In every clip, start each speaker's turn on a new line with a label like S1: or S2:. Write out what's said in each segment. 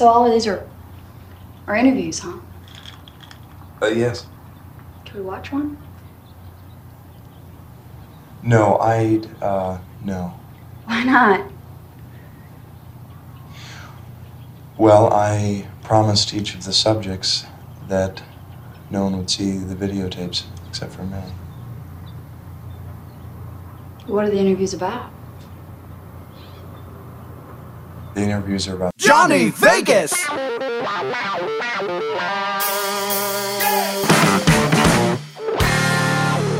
S1: So all of these are are interviews, huh?
S2: Uh, yes.
S1: Can we watch one?
S2: No, I'd, uh, no.
S1: Why not?
S2: Well, I promised each of the subjects that no one would see the videotapes except for me.
S1: What are the interviews about?
S2: The interviews are about
S3: Johnny Vegas!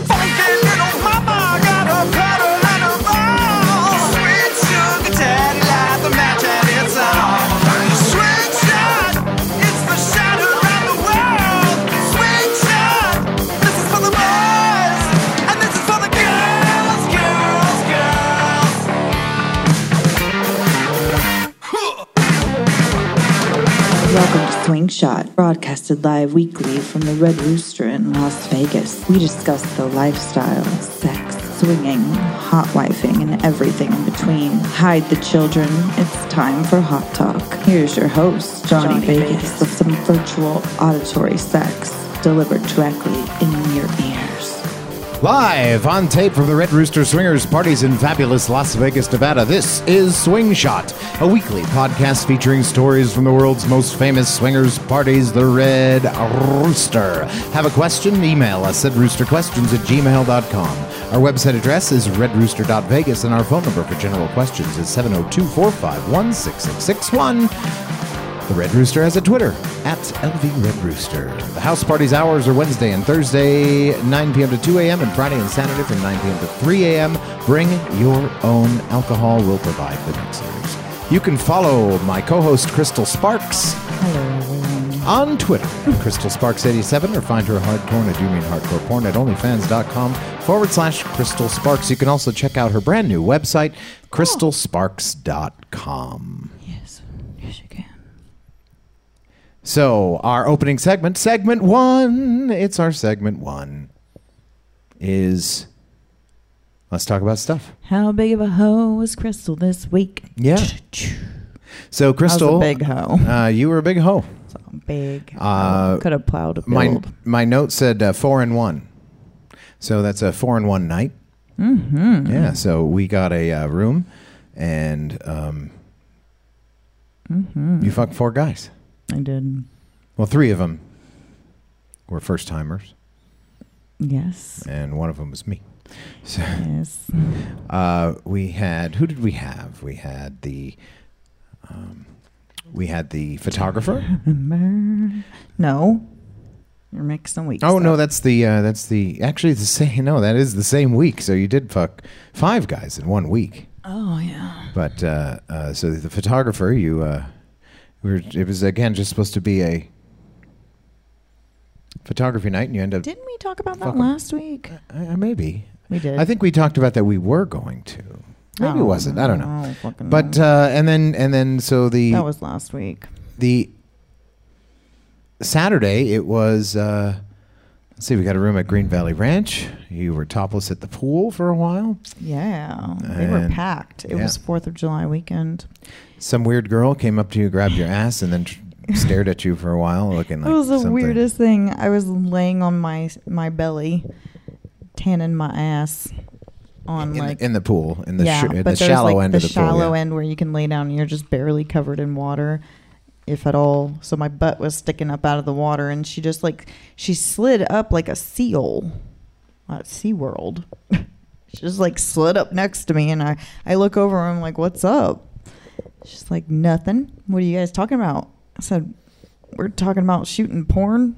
S3: Funky little mama got a pedal and a ball. Sweet sugar daddy light the match and it's on. Sweet shot, it's the shadow around the world. Sweet shot, this is for the boys. And this is for the girls, girls, girls.
S4: Welcome to Swing Shot, broadcasted live weekly from the Red Rooster in Las Vegas. We discuss the lifestyle, sex, swinging, hot wifing, and everything in between. Hide the children. It's time for Hot Talk. Here's your host, Johnny, Vegas, with some virtual auditory sex delivered directly in your ears.
S5: Live on tape from the Red Rooster Swingers parties in fabulous Las Vegas, Nevada, this is Swing Shot, a weekly podcast featuring stories from the world's most famous swingers parties, the Red Rooster. Have a question? Email us at roosterquestions at gmail.com. Our website address is redrooster.vegas, and our phone number for general questions is 702 451 6661. The Red Rooster has a Twitter at LV Red Rooster. The house party's hours are Wednesday and Thursday, 9 p.m. to 2 a.m., and Friday and Saturday from 9 p.m. to 3 a.m. Bring your own alcohol. We'll provide the mixers. You can follow my co host, Crystal Sparks, on Twitter at Crystal Sparks87 or find her hardcore, and I do mean hardcore porn at onlyfans.com forward slash Crystal Sparks. You can also check out her brand new website, crystalsparks.com.
S4: Yes, you can.
S5: So, our opening segment, segment one, it's our segment one, is let's talk about stuff.
S4: How big of a hoe was Crystal this week?
S5: Yeah. So, Crystal,
S4: big hoe.
S5: Uh, you were a big hoe.
S4: So big.
S5: Uh,
S4: Could have plowed a
S5: My,
S4: field.
S5: my note said uh, four and one. So, that's a four and one night. Mm-hmm. Yeah. So, we got a uh, room and um, you fucked four guys.
S4: I did.
S5: Well, three of them were first timers,
S4: Yes.
S5: and one of them was me. So,
S4: Yes.
S5: Uh, we had who did we have? We had the um, we had the photographer.
S4: Remember? No. You're mixing weeks.
S5: Oh no,
S4: up.
S5: that's the uh, that's the actually the same. No, that is the same week. So you did fuck five guys in one week.
S4: Oh yeah.
S5: But uh, uh, so the photographer, you uh, we were, it was again just supposed to be a photography night, and you end up
S4: Didn't we talk about that
S5: Fuck 'em.
S4: last week?
S5: uh, maybe
S4: We did.
S5: I think we talked about that we were going to. Maybe it
S4: Oh,
S5: wasn't. I don't know.
S4: no, fucking
S5: But
S4: no.
S5: uh, and then and then so the
S4: that was last week.
S5: the Saturday it was uh let's see we got a room at Green Valley Ranch. You were topless at the pool for a while.
S4: Yeah, they were
S5: And-
S4: packed. It
S5: yeah.
S4: was Fourth of July weekend.
S5: Some weird girl came up to you, grabbed your ass and then tr- stared at you for a while looking like
S4: it was the
S5: something.
S4: weirdest thing. I was laying on my my belly, tanning my ass on
S5: in,
S4: like
S5: in the pool in the
S4: yeah,
S5: sh- in
S4: but
S5: the
S4: there's
S5: shallow
S4: like
S5: end
S4: the,
S5: of the
S4: shallow
S5: pool. yeah.
S4: end where you can lay down and you're just barely covered in water, if at all. So my butt was sticking up out of the water, and she just like she slid up like a seal at SeaWorld. she just like slid up next to me, and I I look over and I'm like, "What's up?" She's like, "Nothing. What are you guys talking about?" I said, "We're talking about shooting porn."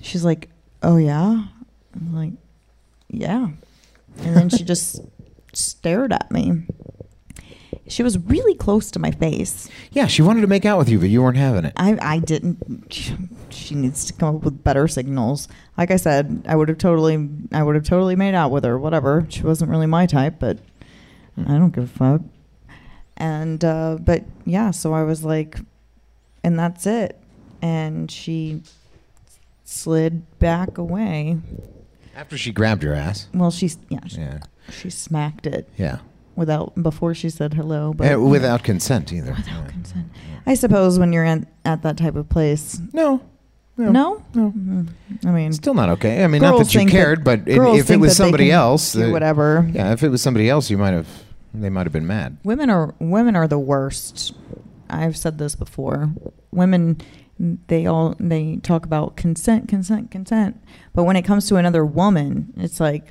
S4: She's like, "Oh yeah." I'm like, "Yeah." And then she just stared at me. She was really close to my face.
S5: Yeah, she wanted to make out with you but you weren't having it.
S4: I, I didn't. She needs to come up with better signals. Like I said, I would have totally, I would have totally made out with her. Whatever. She wasn't really my type, but I don't give a fuck. And uh, but yeah, so I was like, and that's it. And she slid back away.
S5: After she grabbed your ass.
S4: Well, she's yeah, she,
S5: Yeah.
S4: she smacked it.
S5: Yeah.
S4: without before she said hello. But
S5: Uh, without consent either.
S4: without consent, I suppose when you're at, at that type of place,
S5: No.
S4: no,
S5: No.
S4: Mm, I mean,
S5: Still not okay. I mean,
S4: Girls
S5: not that you
S4: think that-
S5: cared, but if,
S4: girls
S5: if it
S4: think
S5: was
S4: that they
S5: somebody
S4: can
S5: else,
S4: do
S5: uh,
S4: whatever.
S5: Yeah, if it was somebody else, you might have. They might have been mad.
S4: Women are women are the worst. I've said this before. Women they all they talk about consent, consent, consent. But when it comes to another woman, it's like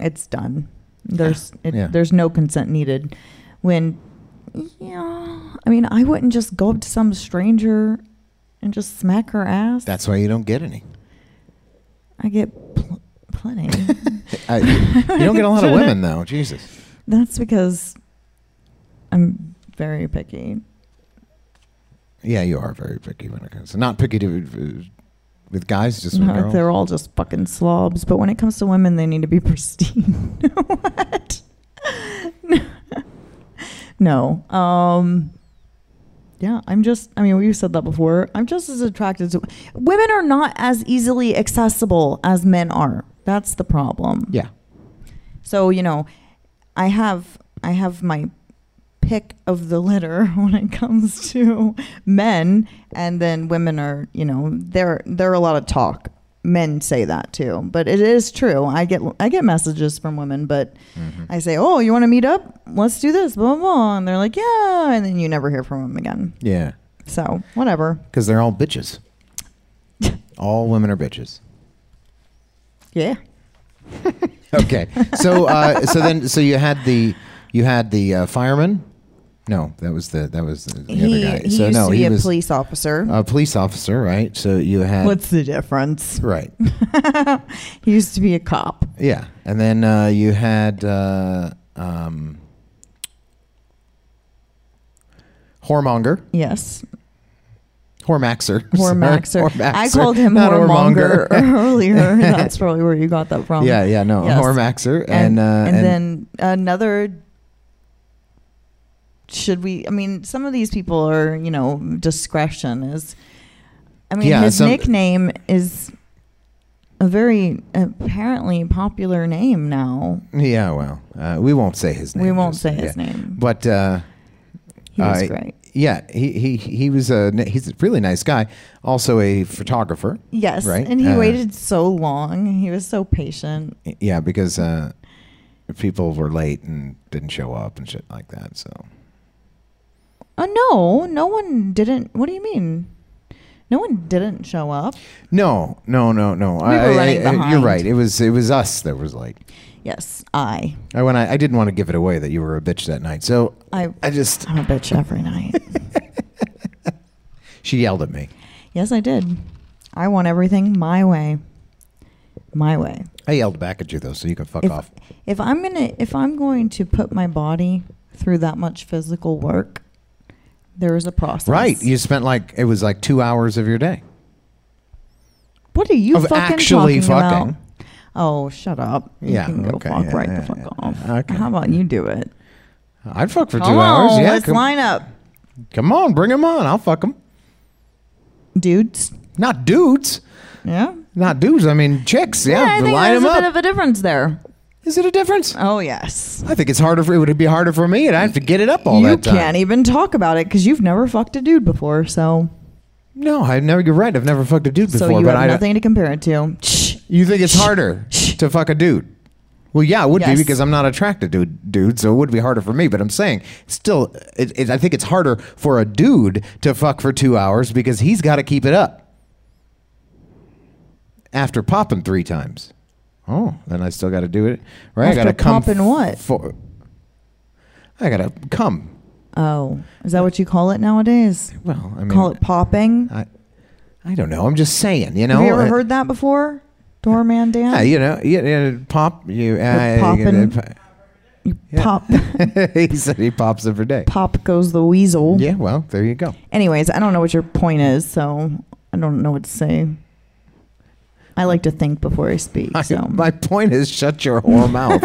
S4: it's done. There's it,
S5: Yeah.
S4: there's no consent needed. When yeah, I mean, I wouldn't just go up to some stranger and just smack her ass.
S5: That's why you don't get any.
S4: I get pl- plenty.
S5: I, Uh, you don't get a lot of women though. Jesus.
S4: That's because I'm very picky.
S5: Yeah, you are very picky when it comes. Not picky to, uh, with guys, just with
S4: No,
S5: girls.
S4: they're all just fucking slobs. But when it comes to women, they need to be pristine. what? no. Um. Yeah, I'm just. I mean, we've said that before. I'm just as attracted to women are not as easily accessible as men are. That's the problem.
S5: yeah.
S4: So you know, I have I have my pick of the litter when it comes to men, and then women are you know there there are a lot of talk. Men say that too, but it is true. I get I get messages from women, but
S5: Mm-hmm.
S4: I say, "Oh, you want to meet up? Let's do this." Blah blah, blah, and they're like, "Yeah," and then you never hear from them again.
S5: Yeah.
S4: So whatever.
S5: Because they're all bitches. all women are bitches.
S4: Yeah.
S5: Okay. So uh, so then so you had the you had the uh, fireman. No, that was the that was the, the
S4: he
S5: other guy.
S4: he
S5: so
S4: used
S5: no,
S4: to be
S5: he
S4: a
S5: was
S4: police officer.
S5: a police officer, right? So you had
S4: What's the difference?
S5: right.
S4: He used to be a cop.
S5: Yeah, and then uh, you had uh, um, whoremonger,
S4: Yes.
S5: whormaxer,
S4: Whoremaxer.
S5: Sorry,
S4: I
S5: whoremaxer,
S4: called him
S5: not
S4: whoremonger earlier. That's probably where you got that from.
S5: yeah, yeah, no,
S4: Yes.
S5: whoremaxer,
S4: And,
S5: and uh,
S4: and then another. Should we? I mean, some of these people are, you know, discretion is. I mean,
S5: Yeah,
S4: his
S5: some-
S4: nickname is a very apparently popular name now.
S5: yeah, well, uh, we won't say his name.
S4: we won't
S5: just-
S4: say his
S5: yeah.
S4: name.
S5: but uh,
S4: He was
S5: uh,
S4: great.
S5: Yeah, he he he was a he's a really nice guy, also a photographer.
S4: Yes,
S5: right,
S4: and he
S5: uh,
S4: waited so long. He was so patient.
S5: Yeah, because uh, people were late and didn't show up and shit like that. So
S4: Oh no, no one didn't. What do you mean? No one didn't show up.
S5: no, no, no, no.
S4: were running
S5: You're
S4: behind.
S5: right. It was it was us that was late.
S4: Yes, I.
S5: I when I, I didn't want to give it away that you were a bitch that night. So
S4: I.
S5: I just
S4: I'm a bitch every night.
S5: she yelled at me.
S4: yes, I did. I want everything my way. My way.
S5: I yelled back at you though, so you can fuck
S4: If
S5: off.
S4: if I'm gonna if I'm going to put my body through that much physical work, there is a process.
S5: Right. You spent like it was like two hours of your day.
S4: What are you
S5: Of
S4: fucking
S5: actually
S4: talking
S5: fucking.
S4: about? Oh, shut up. You
S5: Yeah,
S4: can go
S5: okay,
S4: fuck
S5: yeah,
S4: right
S5: yeah,
S4: the fuck
S5: yeah,
S4: off.
S5: yeah, okay.
S4: How about you do it?
S5: I'd fuck for
S4: Come
S5: two
S4: on,
S5: hours. Yeah.
S4: let's
S5: Come,
S4: line up.
S5: come on, bring him on. I'll fuck him.
S4: Dudes.
S5: Not dudes.
S4: Yeah.
S5: Not dudes. I mean chicks. Yeah.
S4: I think
S5: line
S4: there's
S5: him
S4: a bit
S5: up.
S4: of a difference there.
S5: Is it a difference?
S4: Oh yes.
S5: I think it's harder for it would be harder for me, and I have to get it up all
S4: you
S5: that time.
S4: can't e- even talk about it because you've never fucked a dude before, so
S5: No, I've never. You're right. I've never fucked a dude before.
S4: so you
S5: but
S4: have
S5: I,
S4: nothing to compare it to. Shh.
S5: You think it's harder to fuck a dude? Well, yeah, it would
S4: Yes.
S5: be because I'm not attracted to a dude, so it would be harder for me. But I'm saying, still, it, it, I think it's harder for a dude to fuck for two hours because he's got to keep it up after popping three times. Oh, then I still got to do it, right? I
S4: After
S5: got to come
S4: popping what?
S5: For, I got to come.
S4: Oh, is that what you call it nowadays?
S5: Well, I mean,
S4: Call it popping.
S5: I, I don't know. I'm just saying, you know.
S4: have you ever
S5: I-
S4: heard that before? Doorman Dan.
S5: Yeah, you know, you, you pop, you uh,
S4: poppin'. Pop,
S5: he said he pops every day.
S4: pop goes the weasel.
S5: Yeah, well, there you go.
S4: Anyways, I don't know what your point is, so I don't know what to say. I like to think before I speak.
S5: I-
S4: so
S5: my point is, shut your whore mouth.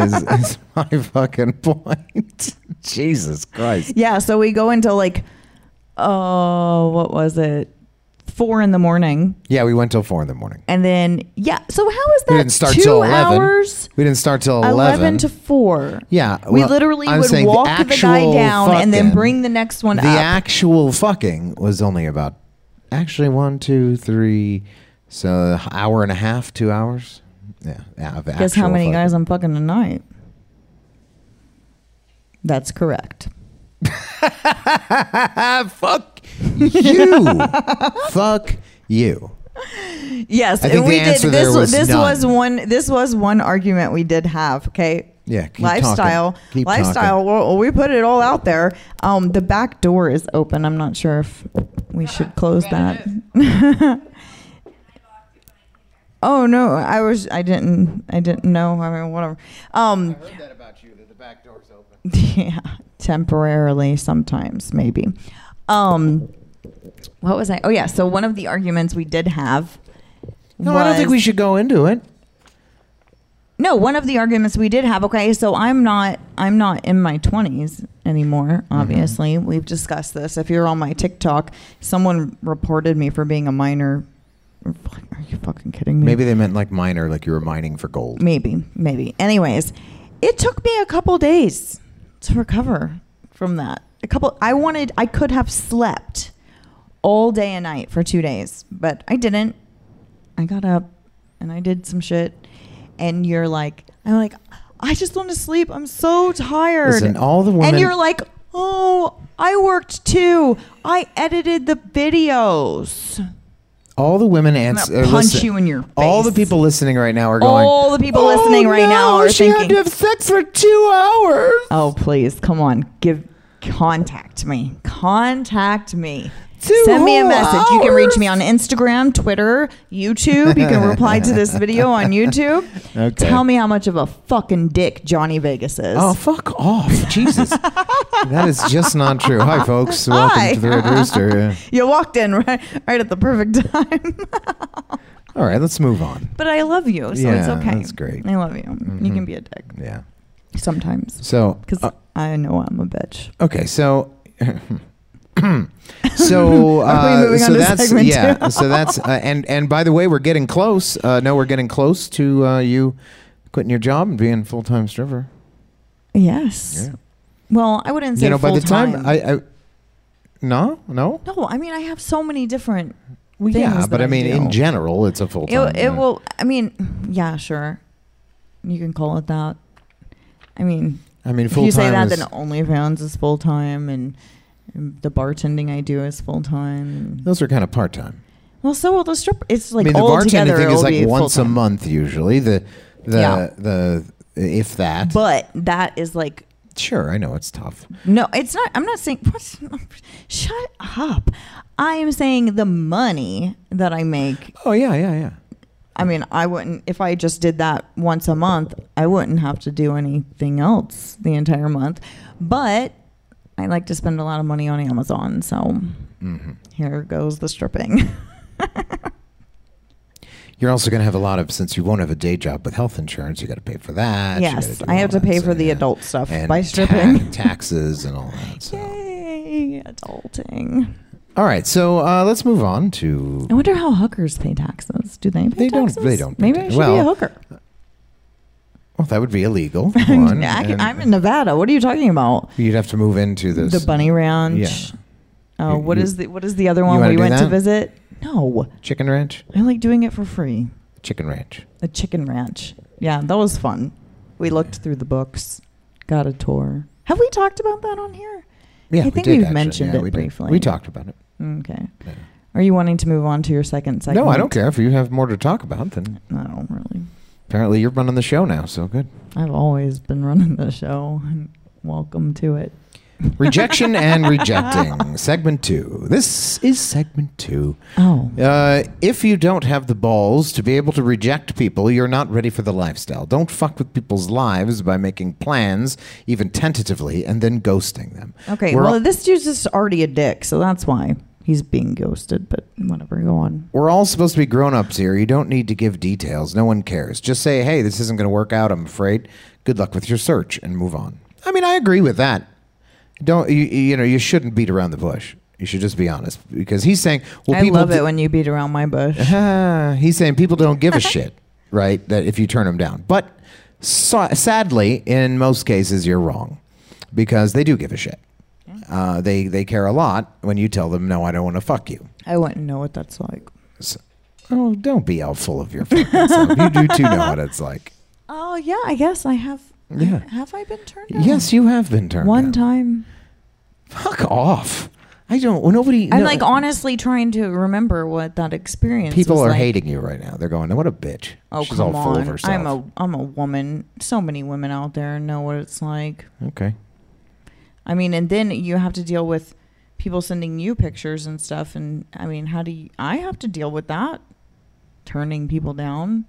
S5: is, is my fucking point. Jesus Christ.
S4: Yeah, so we go into like, oh, what uh, was it? four in the morning,
S5: Yeah, we went till four in the morning.
S4: and then yeah. So how is that?
S5: We didn't start
S4: two
S5: till eleven.
S4: hours.
S5: We didn't start till
S4: 11.
S5: eleven.
S4: to 4.
S5: yeah,
S4: we
S5: well,
S4: literally
S5: I'm
S4: would
S5: saying
S4: walk the, guy
S5: actual
S4: down and then
S5: fucking-
S4: bring the next one
S5: the
S4: up.
S5: actual fucking was only about actually one, two, three, so hour and a half, two hours. Yeah, yeah. of
S4: Guess how
S5: actual
S4: many
S5: fucking.
S4: guys I'm fucking tonight? That's correct.
S5: Ah, fuck you. fuck you.
S4: Yes,
S5: I think
S4: and we
S5: the
S4: did.
S5: answer there
S4: This
S5: was
S4: was this
S5: none.
S4: was one. This was one argument we did have. Okay.
S5: Yeah, keep
S4: lifestyle,
S5: talking. Keep
S4: lifestyle.
S5: talking.
S4: Well, we put it all out there. Um, the back door is open. I'm not sure if we should close that. oh no, I was. I didn't. I didn't know. I mean, whatever. Um,
S5: heard that about you. That the back door's open.
S4: yeah, temporarily, sometimes maybe. Um, what was I? Oh yeah. So one of the arguments we did have.
S5: No, I don't think
S4: was-
S5: we should go into it.
S4: No, one of the arguments we did have. Okay, so I'm not I'm not in my 20s anymore, obviously. We've discussed this. If you're on my TikTok, someone reported me for being a minor. Are you fucking kidding me?
S5: Maybe they meant like minor, like you were mining for gold.
S4: maybe, maybe. Anyways, it took me a couple days to recover from that. A couple I wanted I could have slept all day and night for 2 days, but I didn't. I got up and I did some shit and you're like I'm like I just want to sleep. I'm so tired.
S5: Listen, all the women-
S4: And you're like, "Oh, I worked too. I edited the videos."
S5: All the women answer.
S4: gonna punch you in your
S5: All the
S4: face.
S5: people listening right now are going.
S4: all the people
S5: "Oh,
S4: listening right now
S5: no,
S4: are
S5: she
S4: thinking
S5: had to have sex for two hours.
S4: Oh, please, come on. Give contact me. Contact me.
S5: Two
S4: Send me a
S5: whole
S4: message. You can reach me on
S5: hours.
S4: Instagram, Twitter, YouTube. You can reply to this video on YouTube.
S5: Okay.
S4: Tell me how much of a fucking dick Johnny Vegas is.
S5: Oh, fuck off. Jesus. that is just not true. Hi, folks. Welcome
S4: Hi.
S5: to the Red Rooster. Yeah.
S4: You walked in right, right at the perfect time.
S5: All right, let's move on.
S4: but I love you, so it's
S5: Yeah,
S4: okay.
S5: that's great.
S4: I love you. You can be a dick
S5: Yeah.
S4: sometimes
S5: So,
S4: because
S5: uh,
S4: I know I'm a bitch.
S5: okay, so.
S4: Are
S5: so
S4: we
S5: uh,
S4: moving on
S5: so
S4: to
S5: that's
S4: segment
S5: yeah
S4: two?
S5: so that's uh, and and by the way we're getting close uh, no we're getting close to uh, you quitting your job and being full time stripper
S4: Yes.
S5: Yeah.
S4: Well, I wouldn't say
S5: you know by the time,
S4: full-time.
S5: I, I no no
S4: No, I mean I have so many different.
S5: well,
S4: things
S5: yeah but
S4: that
S5: I mean in
S4: do.
S5: general it's a full
S4: it,
S5: time
S4: it will. I mean, yeah, sure, you can call it that. I mean,
S5: I mean
S4: if
S5: full
S4: you say
S5: time
S4: that,
S5: is,
S4: then OnlyFans is full time, and and the bartending I do is full time.
S5: those are kind of part time
S4: Well, so will the strip. It's like
S5: I mean, the
S4: all
S5: bartending
S4: together.
S5: thing
S4: it
S5: is
S4: will
S5: like
S4: be
S5: once a
S4: full-time.
S5: month usually. The the
S4: Yeah.
S5: the if that.
S4: But that is like
S5: sure, I know it's tough.
S4: no, it's not. I'm not saying. What? Shut up. I am saying the money that I make
S5: Oh yeah, yeah, yeah.
S4: I mean, I wouldn't if I just did that once a month. I wouldn't have to do anything else the entire month. But I like to spend a lot of money on Amazon, so
S5: Mm-hmm.
S4: here goes the stripping.
S5: You're also going to have a lot of since you won't have a day job with health insurance, you got to pay for that. you
S4: Yes,
S5: gotta do
S4: I have
S5: all
S4: to pay
S5: that,
S4: for
S5: so,
S4: the
S5: yeah.
S4: adult stuff
S5: And
S4: by
S5: ta-
S4: stripping.
S5: taxes and all that. so.
S4: Yay, adulting.
S5: All right, so uh, let's move on to
S4: I wonder how hookers pay taxes. Do they? Pay
S5: They don't-
S4: taxes?
S5: they don't pay
S4: Maybe I
S5: tax-
S4: should be a
S5: well,
S4: hooker.
S5: well, that would be illegal. for one,
S4: I can,
S5: and
S4: I'm in Nevada. What are you talking about?
S5: You'd have to move into this.
S4: The Bunny Ranch.
S5: Yeah.
S4: Oh,
S5: You-
S4: what
S5: you-
S4: is the what is the other
S5: You
S4: one
S5: wanna
S4: we
S5: do
S4: went to
S5: that?
S4: visit? No.
S5: chicken ranch.
S4: I like doing it for free.
S5: Chicken ranch.
S4: The chicken ranch. Yeah, that was fun. We looked through the books, got a tour. Have we talked about that on here?
S5: Yeah,
S4: I
S5: we
S4: think
S5: did
S4: we've
S5: actually.
S4: mentioned
S5: Yeah,
S4: it
S5: we did.
S4: briefly.
S5: We talked about it.
S4: Okay.
S5: Yeah.
S4: Are you wanting to move on to your second segment?
S5: No, I don't care if you have more to talk about. Then
S4: I don't really.
S5: apparently you're running the show now, so good.
S4: I've always been running the show. and Welcome to it.
S5: Rejection and rejecting. Segment two. This is segment two.
S4: Oh.
S5: Uh, if you don't have the balls to be able to reject people, you're not ready for the lifestyle. Don't fuck with people's lives by making plans, even tentatively, and then ghosting them.
S4: Okay.
S5: We're
S4: well,
S5: all-
S4: this dude's just already a dick, so that's why he's being ghosted. But whatever, go on.
S5: We're all supposed to be grown ups here. You don't need to give details. No one cares. Just say, hey, this isn't going to work out, I'm afraid. Good luck with your search and move on. I mean, I agree with that. Don't you, you know, you shouldn't beat around the bush. You should just be honest because he's saying, "Well,
S4: I
S5: people
S4: love
S5: do-
S4: it when you beat around my bush.
S5: Ah, he's saying people don't give a shit, right? That if you turn them down. But so- sadly, in most cases, you're wrong because they do give a shit. Uh, they they care a lot when you tell them, no, I don't want to fuck you.
S4: I wouldn't know what that's like.
S5: So, oh, don't be all full of your fucking self. You do too know what it's like.
S4: Oh yeah, I guess I have.
S5: Yeah.
S4: Have I been turned down?
S5: Yes, you have been turned
S4: One
S5: down.
S4: time.
S5: Fuck off. I don't. Well, nobody.
S4: I'm
S5: no-
S4: like honestly trying to remember what that experience.
S5: uh, People
S4: was
S5: are
S4: like.
S5: hating you right now. They're going, "What a bitch."
S4: Oh
S5: She's
S4: come
S5: all full
S4: on!
S5: of herself.
S4: I'm a I'm a woman. So many women out there know what it's like.
S5: okay.
S4: I mean, and then you have to deal with people sending you pictures and stuff. And I mean, how do you? I have to deal with that, turning people down.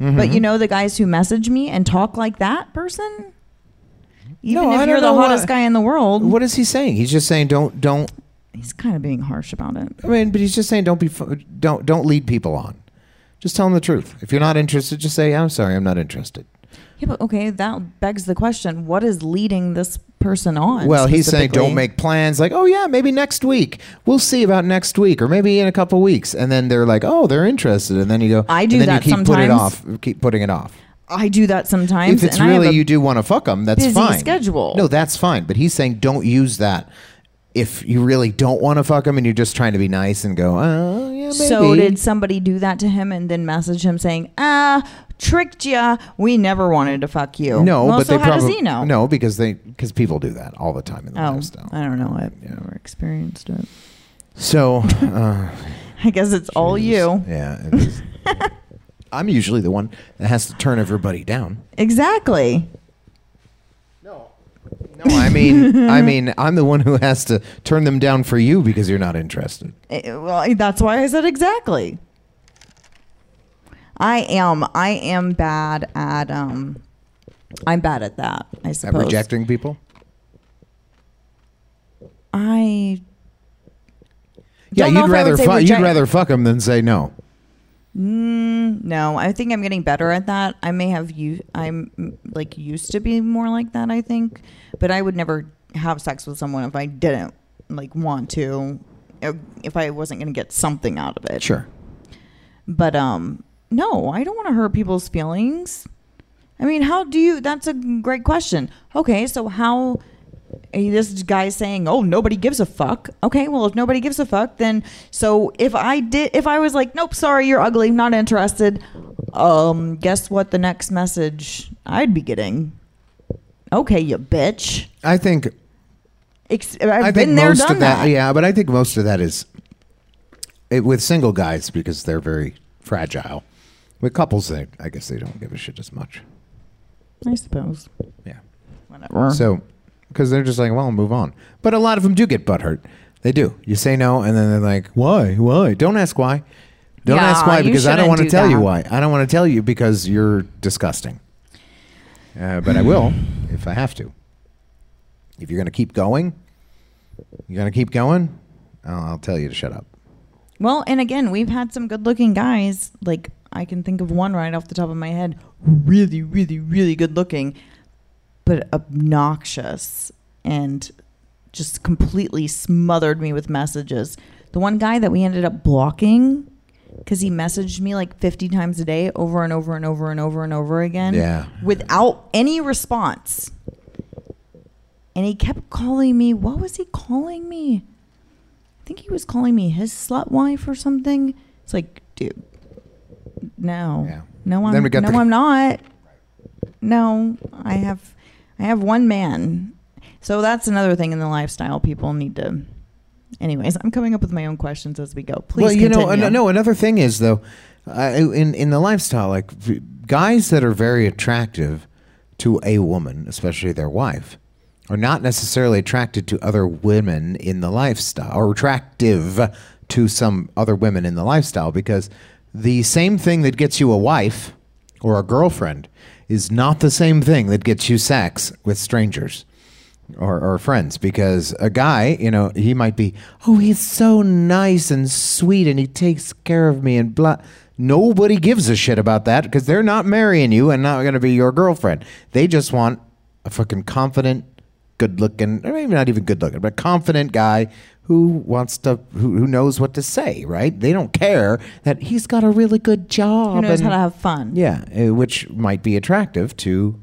S5: Mm-hmm.
S4: But you know the guys who message me and talk like that person, even
S5: No, I
S4: if
S5: don't
S4: you're the
S5: know
S4: hottest
S5: what-
S4: guy in the world,
S5: What is he saying? He's just saying, "Don't don't
S4: he's kind of being harsh about it.
S5: I mean, but he's just saying don't be fu- don't don't lead people on. Just tell them the truth. If you're not interested, just say I'm sorry, I'm not interested.
S4: Yeah, but okay, that begs the question: What is leading this person on?
S5: well, he's saying
S4: specifically?
S5: don't make plans. Like, oh yeah, maybe next week. We'll see about next week, or maybe in a couple weeks. And then they're like, oh, they're interested. And then you go,
S4: I do
S5: and then
S4: that
S5: you keep putting it off,
S4: sometimes.
S5: keep putting it off.
S4: I do that sometimes.
S5: if it's
S4: and I have
S5: really
S4: a-
S5: you do want to fuck them, that's
S4: busy
S5: fine.
S4: schedule.
S5: No, that's fine. But he's saying don't use that. If you really don't want to fuck them and you're just trying to be nice and go, oh yeah, maybe.
S4: So did somebody do that to him and then message him saying, "Ah, tricked ya. We never wanted to fuck you."
S5: No,
S4: Well,
S5: but
S4: so
S5: they
S4: how
S5: probably
S4: does he know?
S5: No, because they because people do that all the time in the
S4: Oh,
S5: lifestyle.
S4: I don't know. I've never experienced it.
S5: so uh,
S4: I guess it's all you.
S5: Yeah, it is. I'm usually the one that has to turn everybody down.
S4: Exactly.
S5: No, I mean, I mean, I'm the one who has to turn them down for you because you're not interested.
S4: Eh, well, that's why I said exactly. I am. I am bad at. Um, I'm bad at that. I
S5: At
S4: suppose.
S5: rejecting people.
S4: I.
S5: Yeah,
S4: Don't know if I
S5: you'd
S4: would
S5: rather
S4: say
S5: fu- you'd
S4: reject-
S5: rather fuck them than say no.
S4: mm, No, I think I'm getting better at that. I may have you. I'm mm, like used to be more like that. I think, but I would never have sex with someone if I didn't like want to, or if I wasn't going to get something out of it.
S5: Sure.
S4: But um, no, I don't want to hurt people's feelings. I mean, how do you? That's a great question. Okay, so how? eh, This guy's saying, "Oh, nobody gives a fuck." Okay, well, if nobody gives a fuck, then so if I did, if I was like, "Nope, sorry, you're ugly, not interested," um, guess what? The next message I'd be getting, "Okay, you bitch."
S5: I think
S4: Ex- I've
S5: I
S4: been
S5: think
S4: there,
S5: most
S4: done
S5: of that, Yeah, but I think most of that is it, with single guys because they're very fragile. With couples, they, I guess they don't give a shit as much.
S4: I suppose.
S5: Yeah.
S4: Whatever.
S5: So, because they're just like, well, move on. But a lot of them do get butthurt. They do. You say no, and then they're like, why? Why? Don't ask why. Don't
S4: Yeah,
S5: ask why
S4: you
S5: because I don't
S4: shouldn't
S5: want to
S4: do
S5: tell you
S4: that.
S5: why. I don't want to tell you because you're disgusting. Uh, but I will if I have to. If you're going to keep going, you're going to keep going, I'll, I'll tell you to shut up.
S4: Well, and again, we've had some good looking guys. Like, I can think of one right off the top of my head. Really, really, really good looking, but obnoxious and just completely smothered me with messages. The one guy that we ended up blocking because he messaged me like 50 times a day over and over and over and over and over again
S5: Yeah.
S4: without any response. And he kept calling me, what was he calling me? I think he was calling me his slut wife or something. It's like, dude, no,
S5: Yeah.
S4: no, I'm,
S5: Then we got
S4: no,
S5: the-
S4: I'm not. No, I have, I have one man. So that's another thing in the lifestyle people need to. Anyways, I'm coming up with my own questions as we go. Please,
S5: well, you know,
S4: continue.
S5: an- no. Another thing is though, uh, in in the lifestyle, like v- guys that are very attractive to a woman, especially their wife, are not necessarily attracted to other women in the lifestyle, or attractive to some other women in the lifestyle, because the same thing that gets you a wife or a girlfriend is not the same thing that gets you sex with strangers or, or friends because a guy, you know, he might be, oh, he's so nice and sweet and he takes care of me and blah. Nobody gives a shit about that because they're not marrying you and not going to be your girlfriend. They just want a fucking confident good looking, or maybe not even good looking, but a confident guy who wants to, who, who knows what to say, right? They don't care that he's got a really good job.
S4: Who knows how
S5: and-
S4: to have fun?
S5: yeah, uh, which might be attractive to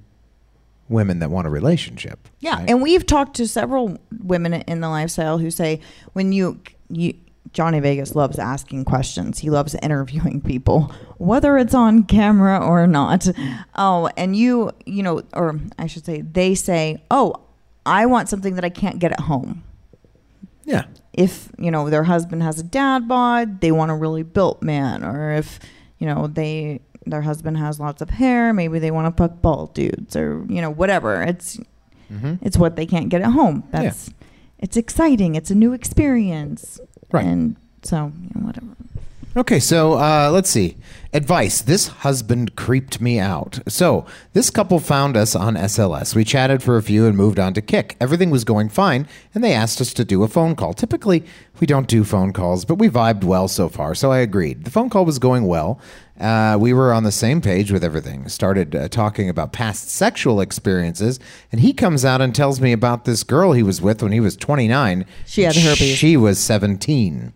S5: women that want a relationship.
S4: Yeah,
S5: right?
S4: and we've talked to several women in the lifestyle who say when you you Johnny Vegas loves asking questions. He loves interviewing people, whether it's on camera or not. Oh, and you, you know, or I should say, they say, "Oh, I want something that I can't get at home."
S5: yeah.
S4: if you know their husband has a dad bod, they want a really built man, or if you know they their husband has lots of hair, maybe they want to fuck bald dudes, or you know whatever. It's
S5: Mm-hmm.
S4: it's what they can't get at home. That's it's exciting. It's a new experience,
S5: Right.
S4: And so you know, whatever.
S5: Okay, so uh, let's see. Advice. This husband creeped me out. So, this couple found us on SLS. We chatted for a few and moved on to Kick. Everything was going fine, and they asked us to do a phone call. Typically, we don't do phone calls, but we vibed well so far, so I agreed. The phone call was going well. Uh, we were on the same page with everything. Started uh, talking about past sexual experiences, and he comes out and tells me about this girl he was with when he was 29.
S4: She had herpes.
S5: She was Oh. 17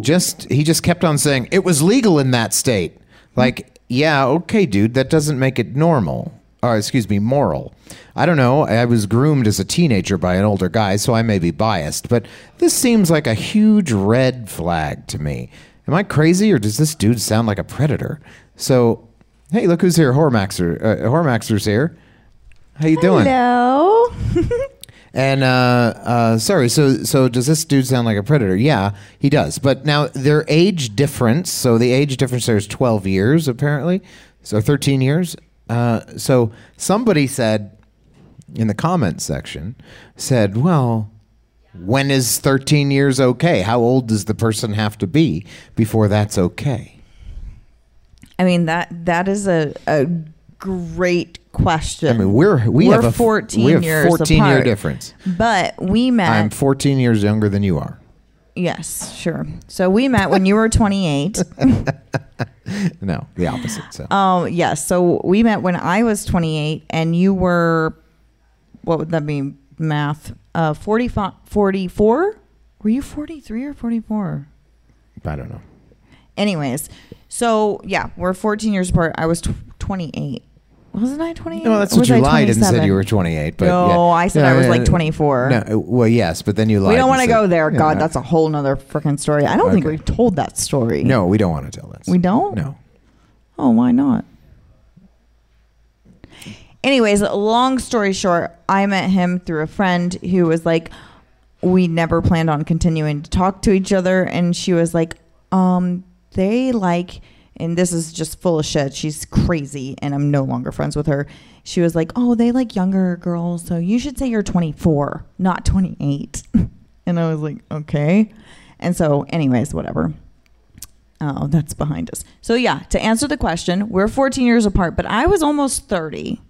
S5: just he just kept on saying it was legal in that state like yeah okay dude that doesn't make it normal or excuse me moral i don't know i was groomed as a teenager by an older guy so i may be biased but this seems like a huge red flag to me am i crazy or does this dude sound like a predator so hey look who's here hormaxer uh, hormaxer's here how you doing
S4: Hello.
S5: and uh, uh, sorry, so so does this dude sound like a predator? Yeah, he does. But now their age difference. So the age difference there is twelve years apparently, so thirteen years. Uh, so somebody said in the comments section said, well. When is 13 years okay? How old does the person have to be before that's okay?
S4: I mean that that is a a great question.
S5: I mean, we're we
S4: We're
S5: have a f-
S4: 14
S5: we have
S4: years
S5: 14 year
S4: apart.
S5: difference.
S4: but we met.
S5: I'm 14 years younger than you are.
S4: yes, sure. So we met when you were 28.
S5: No, the opposite. So
S4: Um, yeah. So we met when I was 28, and you were, what would that be? Math. Uh, 45, 44. Were you 43 or 44?
S5: I don't know.
S4: Anyways, so yeah, we're 14 years apart. I was tw- 28. Wasn't I 28?
S5: No, that's
S4: Or
S5: what
S4: was
S5: you
S4: I
S5: lied and said
S4: 27?
S5: you were 28. But
S4: No,
S5: yeah.
S4: I said I was, like,
S5: uh,
S4: 24.
S5: No, uh, well, yes, but then you lied.
S4: We don't
S5: and
S4: want to
S5: said-
S4: go there.
S5: Yeah,
S4: God,
S5: no.
S4: that's a whole nother freaking story. I don't think
S5: Okay.
S4: we've told that story.
S5: No, we don't want to tell that.
S4: We don't?
S5: No.
S4: Oh, why not? Anyways, long story short, I met him through a friend who was like, we never planned on continuing to talk to each other. And she was like, um, they like, and this is just full of shit. She's crazy, and I'm no longer friends with her. She was like, oh, they like younger girls. So you should say you're 24, not 28. and I was like, okay. And so, anyways, whatever. Oh, that's behind us. So yeah, to answer the question, we're 14 years apart, but I was almost 30.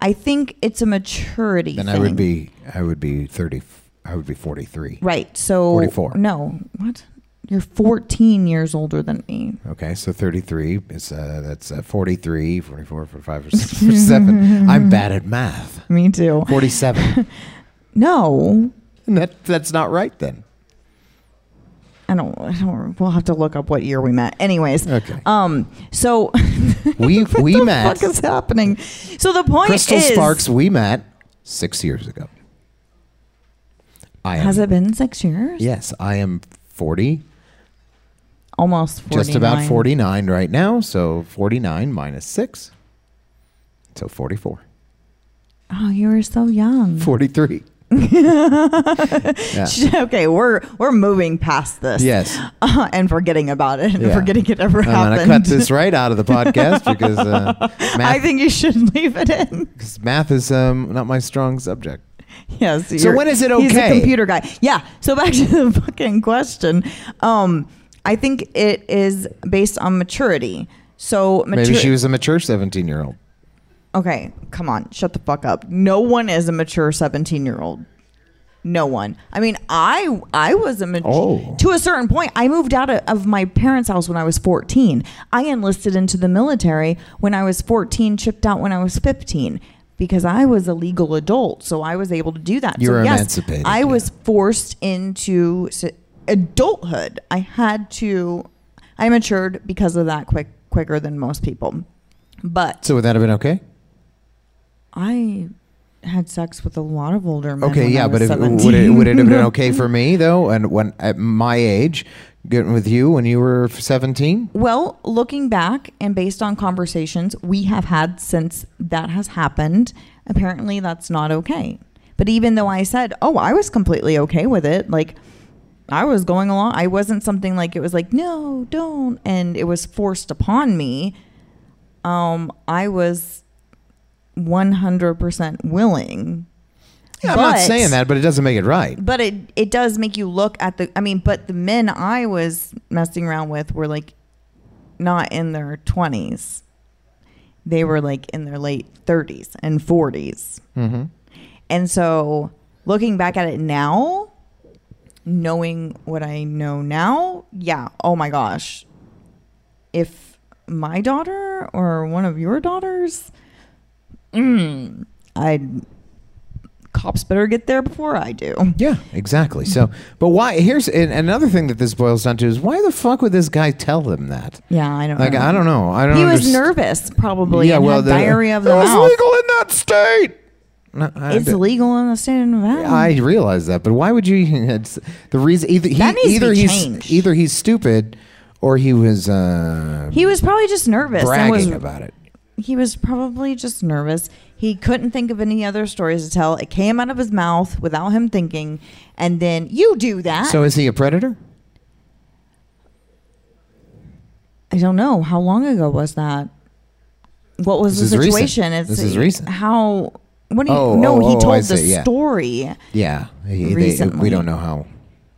S4: I think it's a maturity
S5: Then
S4: thing.
S5: I would be. I would be 30. I would be 43.
S4: right. So
S5: 44.
S4: No, what? You're 14 years older than me.
S5: Okay, so 33 is uh, that's uh, 43, 44, 45, or 47. I'm bad at math.
S4: Me too.
S5: 47.
S4: No,
S5: And that that's not right then.
S4: I don't. I don't. We'll have to look up what year we met. Anyways.
S5: Okay.
S4: Um. So
S5: We we
S4: what the
S5: met
S4: fuck is happening? So the point
S5: Crystal
S4: is,
S5: Sparks. We met six years ago. I am,
S4: Has it been six years?
S5: Yes, I am 40.
S4: Almost 49.
S5: just about 49 right now. So 49 minus 6. So 44.
S4: Oh, you were so young.
S5: 43. Yeah.
S4: okay, we're we're moving past this.
S5: Yes.
S4: Uh, and forgetting about it and
S5: Yeah.
S4: forgetting it ever
S5: I'm
S4: happened.
S5: going to cut this right out of the podcast because uh, math,
S4: I think you should leave it in.
S5: 'cause math is um, not my strong subject.
S4: Yes.
S5: So
S4: you're-
S5: when is it
S4: He's a
S5: okay?
S4: computer guy. Yeah. So back to the fucking question. Um, I think it is based on maturity. So mature-
S5: Maybe she was a mature 17 year old.
S4: Okay, come on, shut the fuck up. No one is a mature seventeen-year-old. No one. I mean, I I was a mature
S5: Oh.
S4: to a certain point. I moved out of- of my parents' house when I was fourteen. I enlisted into the military when I was fourteen. Chipped out when I was fifteen. because I was a legal adult, so I was able to do that.
S5: You
S4: so
S5: were
S4: yes,
S5: emancipated,
S4: I
S5: yeah.
S4: was forced into s- adulthood. I had to. I matured because of that quick quicker than most people, but
S5: So would that have been okay?
S4: I had sex with a lot of older men.
S5: Okay,
S4: when I
S5: yeah,
S4: was
S5: but if,
S4: 17.
S5: would it would it have been okay for me though? And when at my age, getting with you when you were seventeen,
S4: Well, looking back and based on conversations we have had since that has happened, apparently that's not okay. But even though I said, "Oh, I was completely okay with it," like I was going along, I wasn't something like it was like, "No, don't," and it was forced upon me. Um, I was 100% willing.
S5: yeah, I'm not
S4: But-
S5: saying that, but it doesn't make it right.
S4: but it it does make you look at the i mean but the men i was messing around with were like not in their 20s they were like in their late 30s and 40s and so looking back at it now knowing what i know now yeah oh my gosh if my daughter or one of your daughters mm, i'd cops better get there before i do
S5: Yeah, exactly. So, but why? Here's and another thing that this boils down to is why the fuck would this guy tell them that?
S4: Yeah, I don't.
S5: Like,
S4: know.
S5: I don't know. I don't.
S4: Uh-huh. He was
S5: underst-
S4: nervous, probably. Yeah, well,
S5: the-
S4: diarrhea of the
S5: it was
S4: mouth.
S5: legal in that state. No, I,
S4: It's legal in the state of Nevada.
S5: I realize that, but why would you? It's, the reason either he,
S4: That needs to
S5: either
S4: be
S5: he's
S4: changed.
S5: either he's stupid or he was uh,
S4: he was probably just nervous. and
S5: bragging
S4: was,
S5: about it.
S4: He was probably just nervous. He couldn't think of any other stories to tell. It came out of his mouth without him thinking, and then you do that.
S5: So is he a predator?
S4: I don't know how long ago was that. What was
S5: This
S4: the
S5: is recent.
S4: situation?
S5: This is recent.
S4: How? What do you?
S5: Oh,
S4: no,
S5: oh,
S4: he
S5: oh,
S4: told
S5: I
S4: the
S5: see, yeah.
S4: story.
S5: Yeah, he, they,
S4: Recently.
S5: we don't know how. old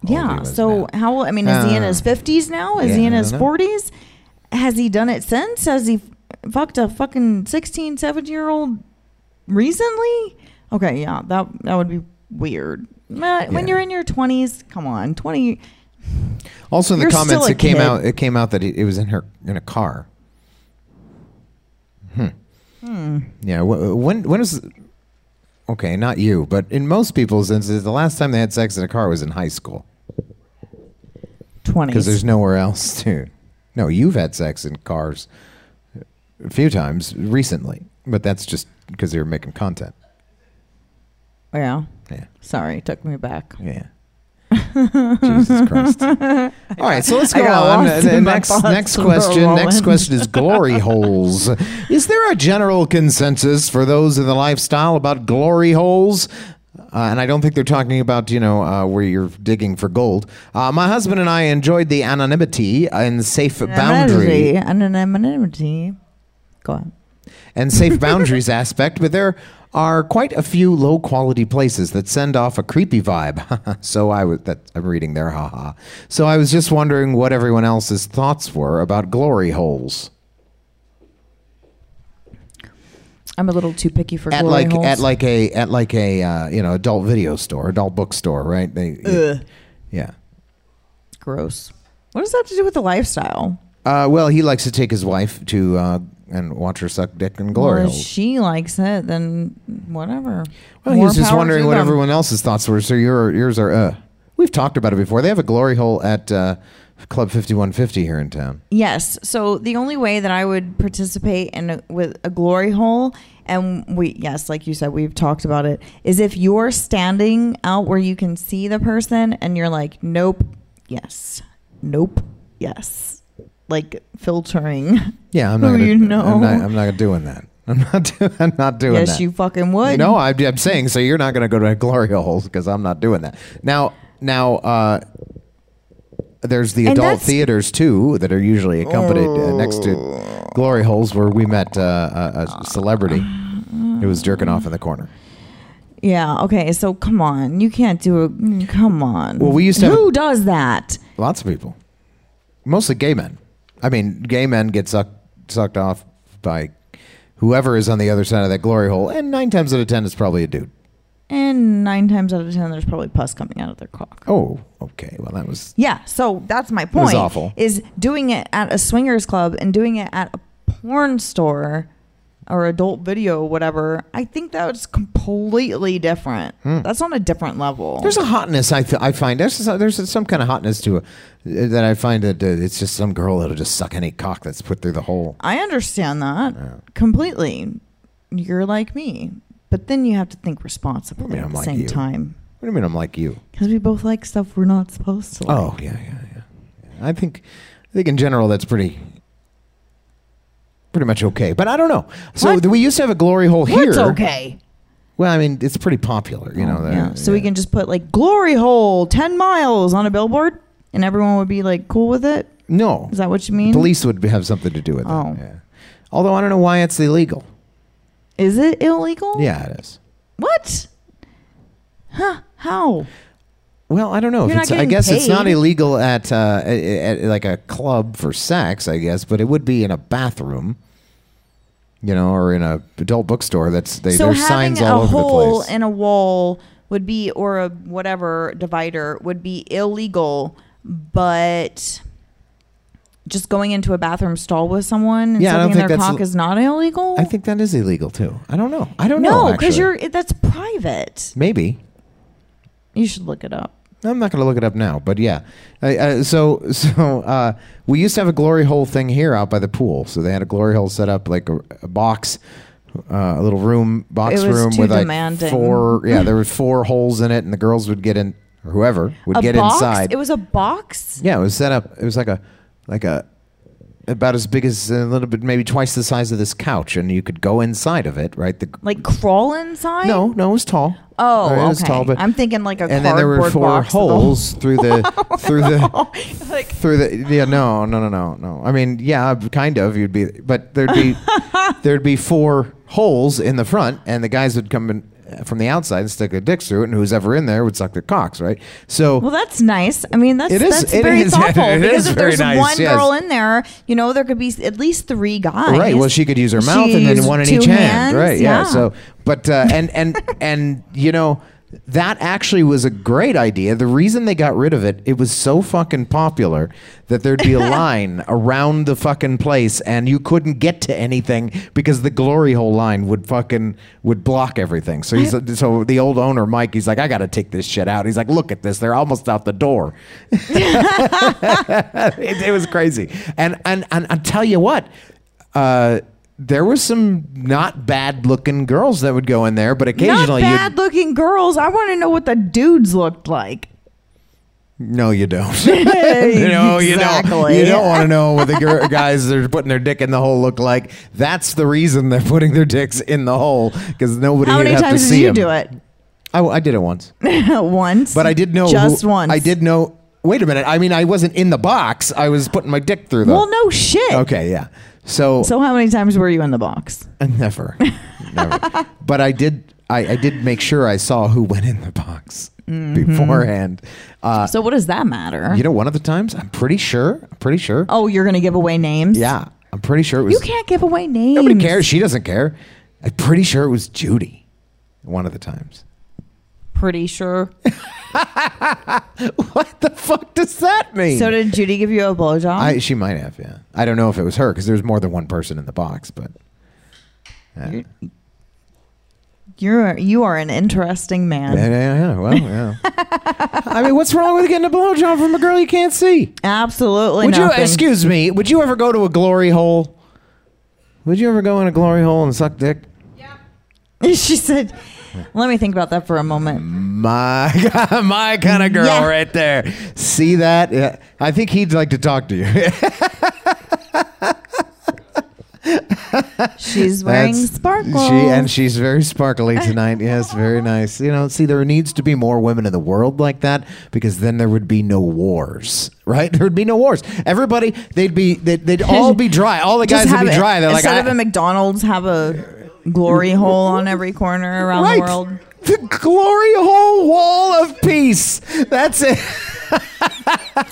S5: he
S4: Yeah.
S5: was
S4: So
S5: now.
S4: how? old- I mean, is he in
S5: Uh,
S4: his fifties now? Is
S5: yeah,
S4: he in
S5: I
S4: his
S5: don't know.
S4: forties? Has he done it since? Has he f- fucked a fucking 16, 17 year old recently? Okay, yeah, that that would be weird. Matt, When
S5: Yeah.
S4: you're in your twenties, come on, twenty.
S5: Also, in the
S4: You're
S5: comments,
S4: still a
S5: it came
S4: kid.
S5: out. It came out that it, it was in her in a car. Hmm. Yeah. wh- When when is okay? Not you, but in most people's instances, the last time they had sex in a car was in high school because there's
S4: Twenties.
S5: nowhere else to. No, you've had sex in cars a few times recently, but that's just because they were making content.
S4: Yeah.
S5: Yeah.
S4: Sorry, took me back.
S5: Yeah. Jesus Christ. All right, so let's
S4: I
S5: go
S4: got
S5: on.
S4: lost
S5: Uh,
S4: in my
S5: next
S4: thoughts
S5: next
S4: for a
S5: question. Next
S4: moment.
S5: question is glory holes. Is there a general consensus for those in the lifestyle about glory holes? Uh, and I don't think they're talking about, you know, uh, where you're digging for gold. Uh, my husband and I enjoyed the anonymity and safe boundary
S4: Anonymity. Go on.
S5: and safe boundaries aspect, but there are quite a few low quality places that send off a creepy vibe. so I was that I'm reading there, haha. So I was just wondering what everyone else's thoughts were about glory holes.
S4: I'm a little too picky for
S5: At
S4: glory
S5: like
S4: holes.
S5: at like a at like a uh, you know adult video store, adult bookstore, right? They, Yeah.
S4: gross. What does that have to do with the lifestyle?
S5: Uh, well, he likes to take his wife to uh, and watch her suck dick and glory
S4: Well, if
S5: holes.
S4: she likes it, then whatever.
S5: Well, he
S4: More
S5: was just
S4: power
S5: wondering
S4: to
S5: what
S4: them.
S5: everyone else's thoughts were. So your yours are. Uh, we've talked about it before. They have a glory hole at uh, Club Fifty One Fifty here in town.
S4: Yes. So the only way that I would participate in a, with a glory hole, and we yes, like you said, we've talked about it, is if you're standing out where you can see the person, and you're like, nope, yes, nope, yes, like filtering.
S5: Yeah, I'm not.
S4: Who
S5: gonna,
S4: Oh, you know.
S5: I'm not, I'm not doing that. I'm not. Do, I'm not doing
S4: yes,
S5: that.
S4: you fucking would.
S5: No, I'm, I'm saying so. You're not going to go to a glory hole because I'm not doing that. Now, now, uh, there's the
S4: And
S5: adult
S4: that's-
S5: theaters too that are usually accompanied uh, next
S4: Oh.
S5: to glory holes where we met uh, a, a celebrity who was jerking off in the corner.
S4: Yeah. Okay. So come on, you can't do it. mm, Come on.
S5: Well, we used to have
S4: Who
S5: a-
S4: does that?
S5: Lots of people, mostly gay men. I mean, gay men get sucked sucked off by whoever is on the other side of that glory hole, and nine times out of ten, it's probably a dude.
S4: And nine times out of ten, there's probably pus coming out of their cock.
S5: Oh, okay. Well, that was
S4: Yeah, so that's my
S5: was
S4: point.
S5: awful.
S4: Is doing it at a swingers club and doing it at a porn store. or adult video, whatever, I think that's completely different. That's on a different level.
S5: Hmm. There's a hotness I, th- I find. There's some, there's some kind of hotness to it that I find that uh, it's just some girl that'll just suck any cock that's put through the hole.
S4: I understand that completely. You're like me, but then you have to think responsibly
S5: mean,
S4: at
S5: I'm
S4: the
S5: like
S4: same
S5: you.
S4: time
S5: What do you mean I'm like you?
S4: because we both like stuff we're not supposed to. Like.
S5: Oh yeah, yeah, yeah. I think, I think in general that's pretty, pretty much okay. But I don't know. So
S4: What?
S5: th- we used to have a glory hole here.
S4: What's okay?
S5: Well, I mean, it's pretty popular, you know. the-
S4: Oh, yeah. So we
S5: yeah.
S4: can just put like glory hole ten miles on a billboard, and everyone would be like cool with it.
S5: No,
S4: Is that what you mean?
S5: police would have something to do with
S4: Oh.
S5: it. Yeah. Although I don't know why it's illegal.
S4: Is it illegal?
S5: Yeah, it is.
S4: What? Huh? How?
S5: Well, I don't know.
S4: You're
S5: if
S4: not
S5: it's, I
S4: getting
S5: guess it's not
S4: paid.
S5: illegal at, uh, at, at like a club for sex, I guess, but it would be in a bathroom, you know, or in a adult bookstore. That's they,
S4: so
S5: there's
S4: having
S5: signs
S4: a
S5: all over the
S4: hole
S5: place.
S4: in a wall would be, or a whatever divider would be illegal, but just going into a bathroom stall with someone and
S5: Yeah, I don't
S4: sucking in
S5: think
S4: their
S5: that's
S4: cock
S5: l-
S4: is not illegal.
S5: I think that is illegal too. I don't know. I don't know.
S4: no, because
S5: actually.
S4: you're it- that's private.
S5: maybe.
S4: You should look it up.
S5: I'm not going to look it up now, but yeah. Uh, uh, so so uh, we used to have a glory hole thing here out by the pool. So they had a glory hole set up like a, a box, uh, a little room box
S4: It was
S5: room
S4: too
S5: with like
S4: demanding.
S5: four. Yeah, there were four holes in it, and the girls would get in, or whoever would
S4: a
S5: get
S4: box?
S5: inside.
S4: It was a box.
S5: yeah, it was set up. It was like a like a about as big as a little bit, maybe twice the size of this couch, and you could go inside of it. Right. The
S4: Like crawl inside.
S5: no, no, it was tall.
S4: Oh,
S5: Uh, it
S4: okay.
S5: was tall, but
S4: I'm thinking like a
S5: and then there were
S4: cardboard Oh,
S5: four
S4: box with a hole.
S5: holes through the through the
S4: like
S5: through the yeah no no no no no I mean yeah kind of you'd be but there'd be there'd be four holes in the front and the guys would come in uh, from the outside and stick their dicks through it and who's ever in there would suck their cocks right so
S4: Well, that's nice. I mean, that's
S5: It is-
S4: that's
S5: it
S4: very
S5: is-
S4: thoughtful
S5: it
S4: because
S5: is
S4: if
S5: very
S4: there's
S5: nice,
S4: one
S5: yes.
S4: girl in there, you know, there could be at least three guys.
S5: Right. Well, she could use her
S4: She
S5: mouth and then
S4: used
S5: one in
S4: two
S5: each hand.
S4: hands,
S5: Right. Yeah. So, but uh, and and and you know that actually was a great idea. The reason they got rid of it, it was so fucking popular that there'd be a line around the fucking place, and you couldn't get to anything because the glory hole line would fucking would block everything. So he's so the old owner Mike, he's like, I got to take this shit out. He's like, look at this, they're almost out the door. it, it was crazy. And and and I tell you what, uh, there were some not bad looking girls that would go in there, but
S4: not
S5: occasionally
S4: bad
S5: you
S4: looking girls. I want to know what the dudes looked like.
S5: no, you don't. you know, you don't.
S4: Exactly.
S5: You don't want to know what the gir- guys that are putting their dick in the hole look like. That's the reason they're putting their dicks in the hole because nobody
S4: How
S5: would
S4: many
S5: have to
S4: times did
S5: see
S4: you
S5: them.
S4: do it?
S5: I, I did it once.
S4: once.
S5: But I did know. who-
S4: Just once.
S5: I did know. Wait a minute. I mean, I wasn't in the box. I was putting my dick through the.
S4: Well, no shit.
S5: Okay, yeah. So,
S4: So how many times were you in the box?
S5: Uh, never, never. But I did. I, I did make sure I saw who went in the box
S4: Mm-hmm.
S5: beforehand. Uh,
S4: So what does that matter?
S5: you know, one of the times, I'm pretty sure. I'm pretty sure.
S4: oh, you're gonna give away names?
S5: Yeah, I'm pretty sure it was.
S4: You can't give away names.
S5: Nobody cares. She doesn't care. I'm pretty sure it was Judy. One of the times.
S4: Pretty sure.
S5: What the fuck does that mean?
S4: So did Judy give you a blowjob?
S5: I, she might have, yeah. I don't know if it was her because there's more than one person in the box, but
S4: You're- You're you are an interesting man.
S5: yeah, yeah, yeah, well, yeah. I mean, what's wrong with getting a blowjob from a girl you can't see?
S4: Absolutely
S5: would
S4: nothing.
S5: you excuse me? Would you ever go to a glory hole? Would you ever go in a glory hole and suck dick?
S4: she said, "Let me think about that for a moment."
S5: My my kind of girl
S4: Yeah.
S5: right there. See that? Yeah. I think he'd like to talk to you.
S4: She's wearing
S5: That's-
S4: sparkles.
S5: She and she's very sparkly tonight. yes, very nice. You know, see, there needs to be more women in the world like that because then there would be no wars, right? There would be no wars. Everybody, they'd be, they'd, they'd all be dry. All the
S4: Just
S5: guys would
S4: have
S5: be
S4: it-
S5: dry. They're like,
S4: instead
S5: I,
S4: of a McDonald's, have a glory hole on every corner around
S5: right,
S4: the world.
S5: the glory hole wall of peace. That's it.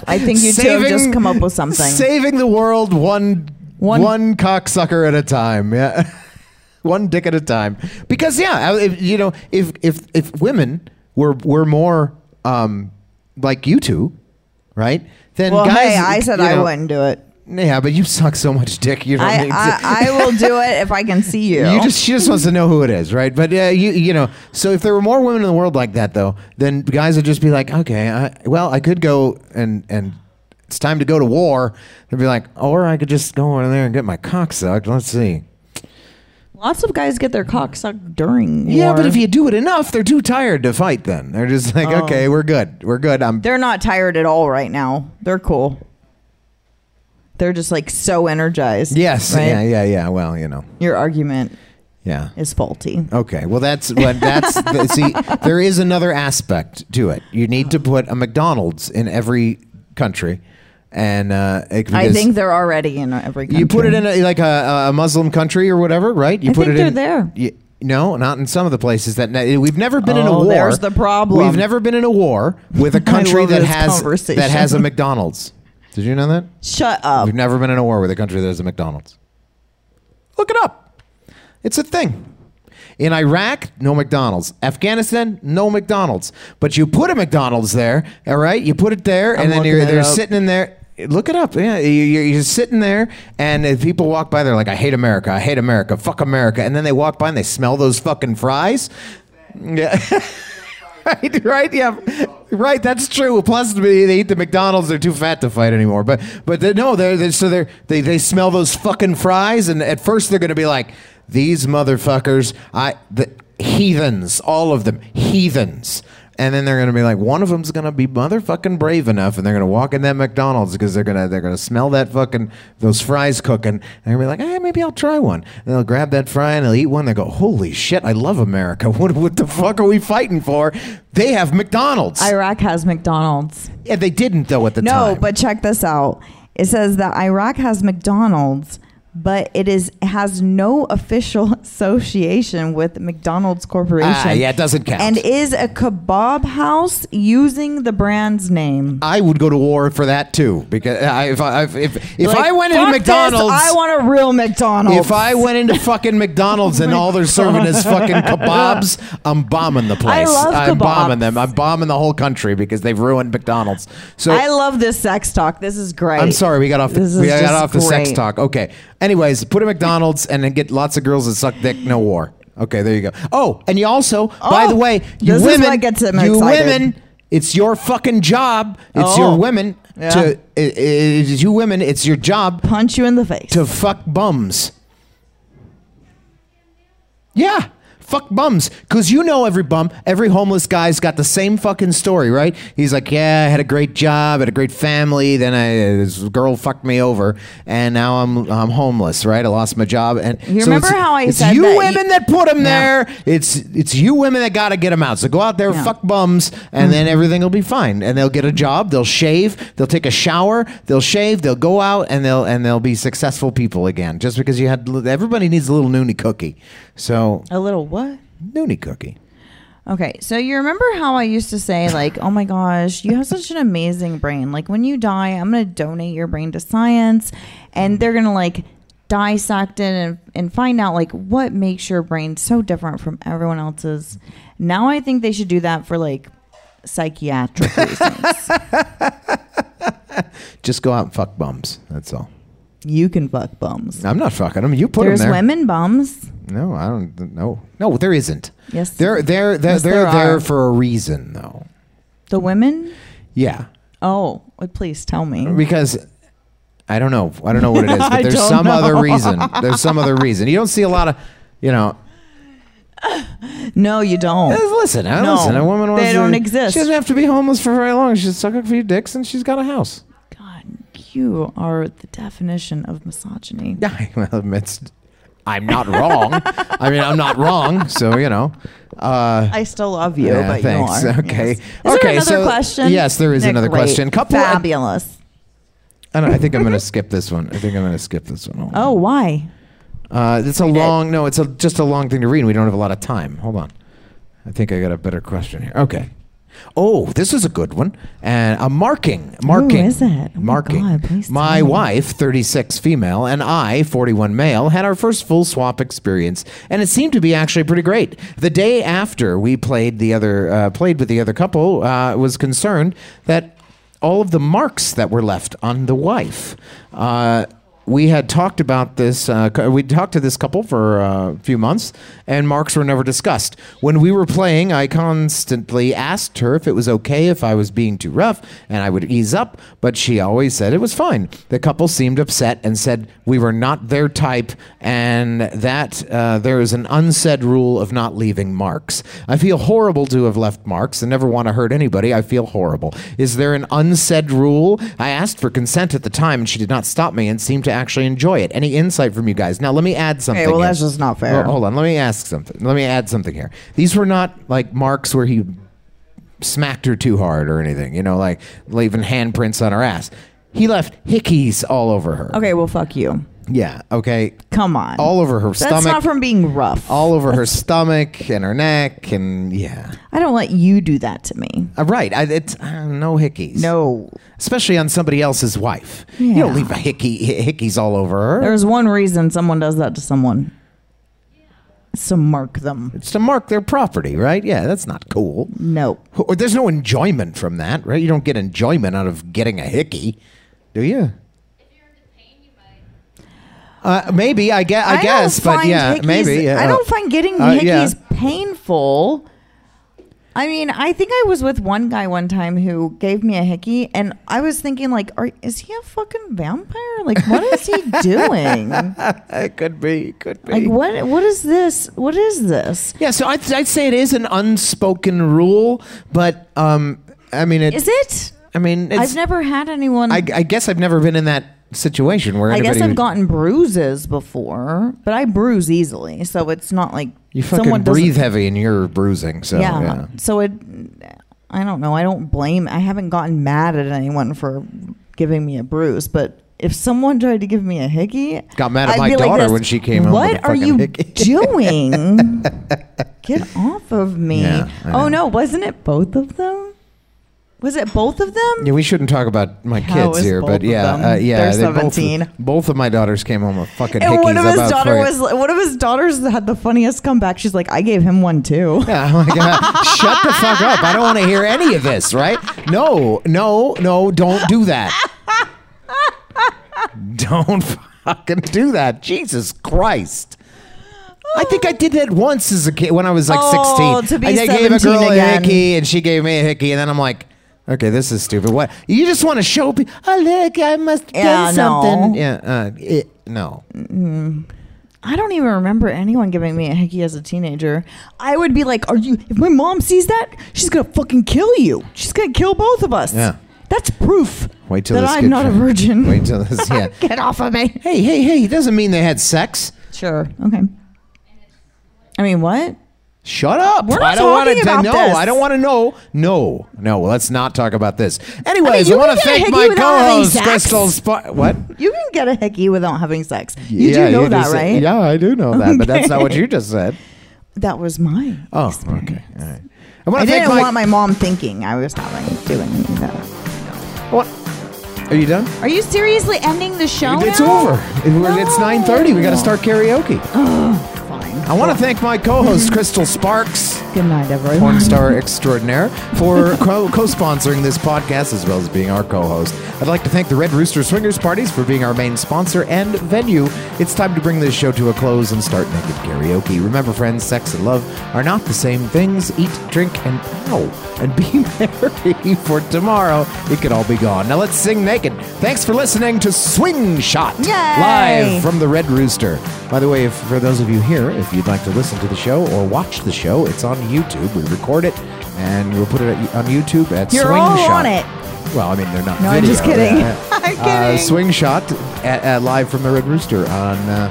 S4: I think you two have just come up with something.
S5: Saving the world one one,
S4: One-
S5: one cocksucker at a time. Yeah. one dick at a time. Because yeah, I- if, you know, if if if women were were more um like you two, right? Then
S4: well,
S5: guys
S4: hey, I said
S5: you
S4: I
S5: know,
S4: wouldn't do it.
S5: Yeah, but you suck so much dick. You don't
S4: I,
S5: need to.
S4: I, I will do it if I can see you.
S5: You just she just wants to know who it is, right? But uh, you you know, so if there were more women in the world like that, though, then guys would just be like, okay, I, well, I could go and and it's time to go to war. They'd be like, or I could just go over there and get my cock sucked. Let's see.
S4: Lots of guys get their cock sucked during.
S5: Yeah,
S4: war.
S5: but if you do it enough, they're too tired to fight. Then they're just like,
S4: Oh.
S5: okay, we're good, we're good. I'm
S4: they're not tired at all right now. They're cool. They're just like so energized.
S5: yes,
S4: right?
S5: yeah, yeah, yeah. Well, you know,
S4: Your argument
S5: yeah.
S4: is faulty.
S5: Okay, well that's but that's the, see there is another aspect to it. You need to put a McDonald's in every country, and uh, it,
S4: I
S5: because
S4: think they're already in every. Country.
S5: you put it in a, like a, a Muslim country or whatever, right? You
S4: I
S5: put
S4: think
S5: it
S4: they're there.
S5: in, You, no, not in some of the places that we've never been in a
S4: Oh,
S5: war.
S4: there's the problem.
S5: We've never been in a war with a country
S4: love
S5: that
S4: this
S5: has
S4: conversation.
S5: that has a McDonald's. Did you know that?
S4: Shut up.
S5: We've never been in a war with a country that has a McDonald's. Look it up. It's a thing. In Iraq, no McDonald's. Afghanistan, no McDonald's. But you put a McDonald's there, all right? You put it there,
S4: I'm
S5: and then
S4: looking
S5: you're
S4: it
S5: they're
S4: up.
S5: sitting in there. Look it up. Yeah, You- you're, you're sitting there, and if people walk by, they're like, "I hate America. I hate America. Fuck America." And then they walk by and they smell those fucking fries. Yeah. right, right, yeah, right. That's true. Plus, they they eat the McDonald's. They're too fat to fight anymore. But but they, no, they're, they're so they're they they smell those fucking fries, and at first they're gonna be like, these motherfuckers, I the heathens, all of them heathens. And then they're gonna be like, one of them's gonna be motherfucking brave enough, and they're gonna walk in that McDonald's because they're gonna they're gonna smell that fucking those fries cooking. And they're gonna be like, hey, maybe I'll try one. And they'll grab that fry and they'll eat one. They go, holy shit, I love America. What what the fuck are we fighting for? They have McDonald's.
S4: Iraq has McDonald's.
S5: yeah, they didn't though at the
S4: No,
S5: time.
S4: but check this out. It says that Iraq has McDonald's, but it is has no official association with McDonald's Corporation.
S5: Ah, yeah, it doesn't count.
S4: And is a kebab house using the brand's name.
S5: I would go to war for that too because I, if I if if, if
S4: Like,
S5: I went into
S4: fuck this,
S5: McDonald's.
S4: I want a real McDonald's.
S5: if I went into fucking McDonald's
S4: Oh
S5: and all they're serving is fucking kebabs, I'm bombing the place.
S4: love
S5: I'm bombing
S4: kebabs.
S5: them. I'm bombing the whole country because they've ruined McDonald's. So
S4: I love this sex talk. This is great.
S5: I'm sorry, we got off.
S4: This
S5: The,
S4: is
S5: we got
S4: just
S5: off the sex
S4: great.
S5: talk. Okay. Anyways, put a McDonald's and then get lots of girls that suck dick. No war. Okay, there you go. Oh, and you also, by
S4: Oh,
S5: the way, you
S4: this is
S5: women,
S4: what gets him
S5: you
S4: excited.
S5: women, it's your fucking job. It's
S4: Oh.
S5: your women
S4: Yeah.
S5: to. It, it is you women. It's your job
S4: Punch you in the face.
S5: to fuck bums. Yeah, fuck bums. Because you know every bum, every homeless guy's got the same fucking story, right? He's like, yeah, I had a great job, had a great family, then I, this girl fucked me over, and now I'm I'm homeless, right? I lost my job. And
S4: You
S5: so
S4: remember
S5: it's-
S4: how I
S5: it's
S4: said
S5: you
S4: that
S5: women
S4: you-
S5: that put them
S4: Yeah.
S5: there. It's it's you women that got to get them out. So go out there,
S4: Yeah. Mm.
S5: fuck bums, and then everything will be fine. And they'll get a job. They'll shave. They'll take a shower. They'll shave. They'll go out and they'll and they'll be successful people again. Just because you had everybody needs a little noonie cookie. So
S4: a little what?
S5: noonie cookie.
S4: Okay, so you remember how I used to say, like, oh my gosh, you have such an amazing brain. Like, when you die, I'm going to donate your brain to science, and they're going to, like, dissect it and, and find out, like, what makes your brain so different from everyone else's. Now I think they should do that for, like, psychiatric reasons.
S5: Just go out and fuck bums. That's all.
S4: you can fuck bums.
S5: I'm not fucking them. You put
S4: There's
S5: them there.
S4: women bums.
S5: No, I don't. No, no, there isn't.
S4: Yes.
S5: they're they're they're,
S4: Yes,
S5: they're
S4: there
S5: there
S4: are.
S5: for a reason, though.
S4: The women?
S5: Yeah.
S4: Oh, well, please tell me.
S5: because I don't know. I don't know what it is, but
S4: I
S5: there's
S4: don't
S5: some
S4: know.
S5: other reason. There's some other reason. You don't see a lot of, you know.
S4: No, you don't.
S5: Listen, I
S4: Eh, No,
S5: listen. A woman
S4: they
S5: wants
S4: don't
S5: to,
S4: exist.
S5: She doesn't have to be homeless for very long. She's sucking a few dicks and she's got a house.
S4: God, you are the definition of misogyny.
S5: Yeah, I will admit, I'm not wrong. I mean, I'm not wrong. So you know. Uh,
S4: I still love you,
S5: Yeah,
S4: but
S5: thanks.
S4: you are.
S5: Okay.
S4: Yes. Is
S5: Okay,
S4: there another
S5: so-
S4: question?
S5: yes, there is
S4: They're
S5: another
S4: great.
S5: question. Couple-
S4: Fabulous.
S5: I, don't, I think I'm going to skip this one. I think I'm going to skip this one.
S4: Oh, why?
S5: Uh, it's a long no. It's a, just a long thing to read. and We don't have a lot of time. Hold on. I think I got a better question here. Okay. Oh, this is a good one. And a marking, marking,
S4: is it? Oh my
S5: marking.
S4: God, please tell
S5: my
S4: me.
S5: wife, thirty-six female, and I, forty-one male, had our first full swap experience, and it seemed to be actually pretty great. The day after we played the other, uh, played with the other couple, uh, was concerned that all of the marks that were left on the wife. Uh, we had talked about this. Uh, cou- we talked to this couple for uh, a few months, and marks were never discussed. When we were playing, I constantly asked her if it was okay if I was being too rough, and I would ease up, but she always said it was fine. The couple seemed upset and said we were not their type, and that uh, there is an unsaid rule of not leaving marks. I feel horrible to have left marks and never want to hurt anybody. I feel horrible. Is there an unsaid rule? I asked for consent at the time, and she did not stop me and seemed to actually enjoy it. Any insight from you guys? Now, let me add something.
S4: Okay, well,
S5: here.
S4: that's just not fair.
S5: Well, hold on. Let me ask something. Let me add something here. These were not like marks where he smacked her too hard or anything, you know, like leaving handprints on her ass. He left hickeys all over her.
S4: Okay, well, fuck you.
S5: Yeah. Okay.
S4: Come on.
S5: All over her
S4: That's
S5: stomach.
S4: not from being rough.
S5: all over her stomach and her neck and yeah.
S4: I don't let you do that to me.
S5: Uh, right. I, it's uh, no hickeys.
S4: No.
S5: Especially on somebody else's wife. You
S4: Yeah.
S5: don't leave a hickey hi- hickeys all over her.
S4: There's one reason someone does that to someone. It's to mark them.
S5: it's to mark their property, right? Yeah, that's not cool.
S4: No.
S5: Or there's no enjoyment from that, right? You don't get enjoyment out of getting a hickey, do you? Uh, maybe I guess. I,
S4: don't
S5: guess, but
S4: find
S5: yeah,
S4: hickeys-
S5: maybe. yeah.
S4: I don't find getting
S5: Uh,
S4: hickeys
S5: yeah.
S4: painful. I mean, I think I was with one guy one time who gave me a hickey, and I was thinking, like, are, is he a fucking vampire? Like, what is he doing? like,
S5: It could be. Could be.
S4: what what is this? What is this?
S5: Yeah, so I'd, I'd say it is an unspoken rule, but um, I mean, it,
S4: Is it?
S5: I mean, it's,
S4: I've never had anyone.
S5: I, I guess I've never been in that situation where
S4: I
S5: anybody
S4: guess I've
S5: would-
S4: gotten bruises before, but I bruise easily, so it's not like
S5: You fucking
S4: someone doesn't-
S5: breathe heavy and you're bruising. So
S4: yeah.
S5: yeah.
S4: So it, I don't know. I don't blame. I haven't gotten mad at anyone for giving me a bruise, but if someone tried to give me a hickey,
S5: Got mad at
S4: I'd
S5: my
S4: be like
S5: daughter
S4: this,
S5: when she came home with
S4: What
S5: a
S4: are
S5: fucking
S4: you
S5: hickey."
S4: doing? Get off of me!
S5: Yeah, I
S4: oh no,
S5: know.
S4: wasn't it both of them? Was it both of them?
S5: Yeah, we shouldn't talk about my
S4: How
S5: kids
S4: is
S5: here,
S4: both
S5: but
S4: of
S5: yeah,
S4: them?
S5: uh, yeah,
S4: They're
S5: they both-
S4: 17.
S5: Both, of my daughters came home with fucking
S4: And
S5: hickeys
S4: one of his
S5: about
S4: daughter
S5: fucking-
S4: was one of his daughters had the funniest comeback. She's like, I gave him one too.
S5: Yeah, oh my God. Shut the fuck up! I don't want to hear any of this. Right? No, no, no! Don't do that. Don't fucking do that. Jesus Christ. I think I did that once as a kid when I was like
S4: Oh, to
S5: 16.
S4: be
S5: I, I gave
S4: 17
S5: a girl
S4: again.
S5: a hickey and she gave me a hickey, and then I'm like, okay, this is stupid. What? You just want to show people, oh, look, I must have
S4: Yeah,
S5: done
S4: no.
S5: something. Yeah, uh, it, no.
S4: I don't even remember anyone giving me a hickey as a teenager. I would be like, "Are you? If my mom sees that, she's gonna fucking kill you. She's gonna kill both of us.
S5: Yeah.
S4: that's proof
S5: Wait till
S4: that
S5: this
S4: I'm
S5: gets-
S4: not a virgin.
S5: Wait till this, yeah.
S4: Get off of me.
S5: hey, hey, hey, it doesn't mean they had sex.
S4: Sure. Okay. I mean, what?
S5: Shut up!
S4: We're not
S5: I don't
S4: talking
S5: want
S4: about
S5: to know.
S4: this.
S5: I don't want to know. No, no. Let's not talk about this. Anyways, I,
S4: you
S5: want
S4: can
S5: to
S4: get a
S5: thank
S4: hickey
S5: my
S4: without having
S5: co-host
S4: sex.
S5: Crystal. Sp- what?
S4: You can get a hickey without having sex. You
S5: Yeah,
S4: do know that,
S5: just-
S4: right?
S5: Yeah, I do know that, but that's not what
S4: Okay.
S5: you just said.
S4: That was mine.
S5: Oh, okay. All right. I want
S4: I
S5: to thank
S4: didn't
S5: my.
S4: want my mom thinking I was having doing that.
S5: what? Are you done?
S4: Are you seriously ending the show?
S5: it's
S4: now?
S5: over. It- we're- It's
S4: Oh, No.
S5: nine thirty. We got to start karaoke.
S4: Fine.
S5: I want to thank my co-host Crystal Sparks.
S4: Good night, everyone.
S5: porn star extraordinaire, for co- co-sponsoring this podcast as well as being our co-host. I'd like to thank the Red Rooster Swingers Parties for being our main sponsor and venue. It's time to bring this show to a close and start naked karaoke. Remember, friends, sex and love are not the same things. Eat, drink, and pow, and be merry. For tomorrow, it could all be gone. Now let's sing naked. Thanks for listening to Swing Shot
S4: Yay!
S5: live from the Red Rooster. By the way, if, for those of you here, if you'd like to listen to the show or watch the show, it's on YouTube. We record it and we'll put it at- on YouTube at
S4: You're
S5: Swing
S4: all on
S5: Shot.
S4: it.
S5: Well, I mean, they're not.
S4: No, I'm
S5: video,
S4: just kidding.
S5: yeah.
S4: I'm
S5: Uh,
S4: kidding.
S5: swing Shot at, at live from the Red Rooster on uh,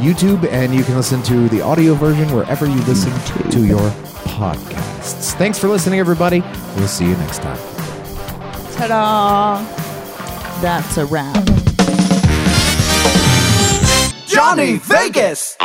S5: YouTube, and you can listen to the audio version wherever you listen to your podcasts. Thanks for listening, everybody. We'll see you next time.
S4: Ta-da! That's a wrap.
S3: Johnny Vegas.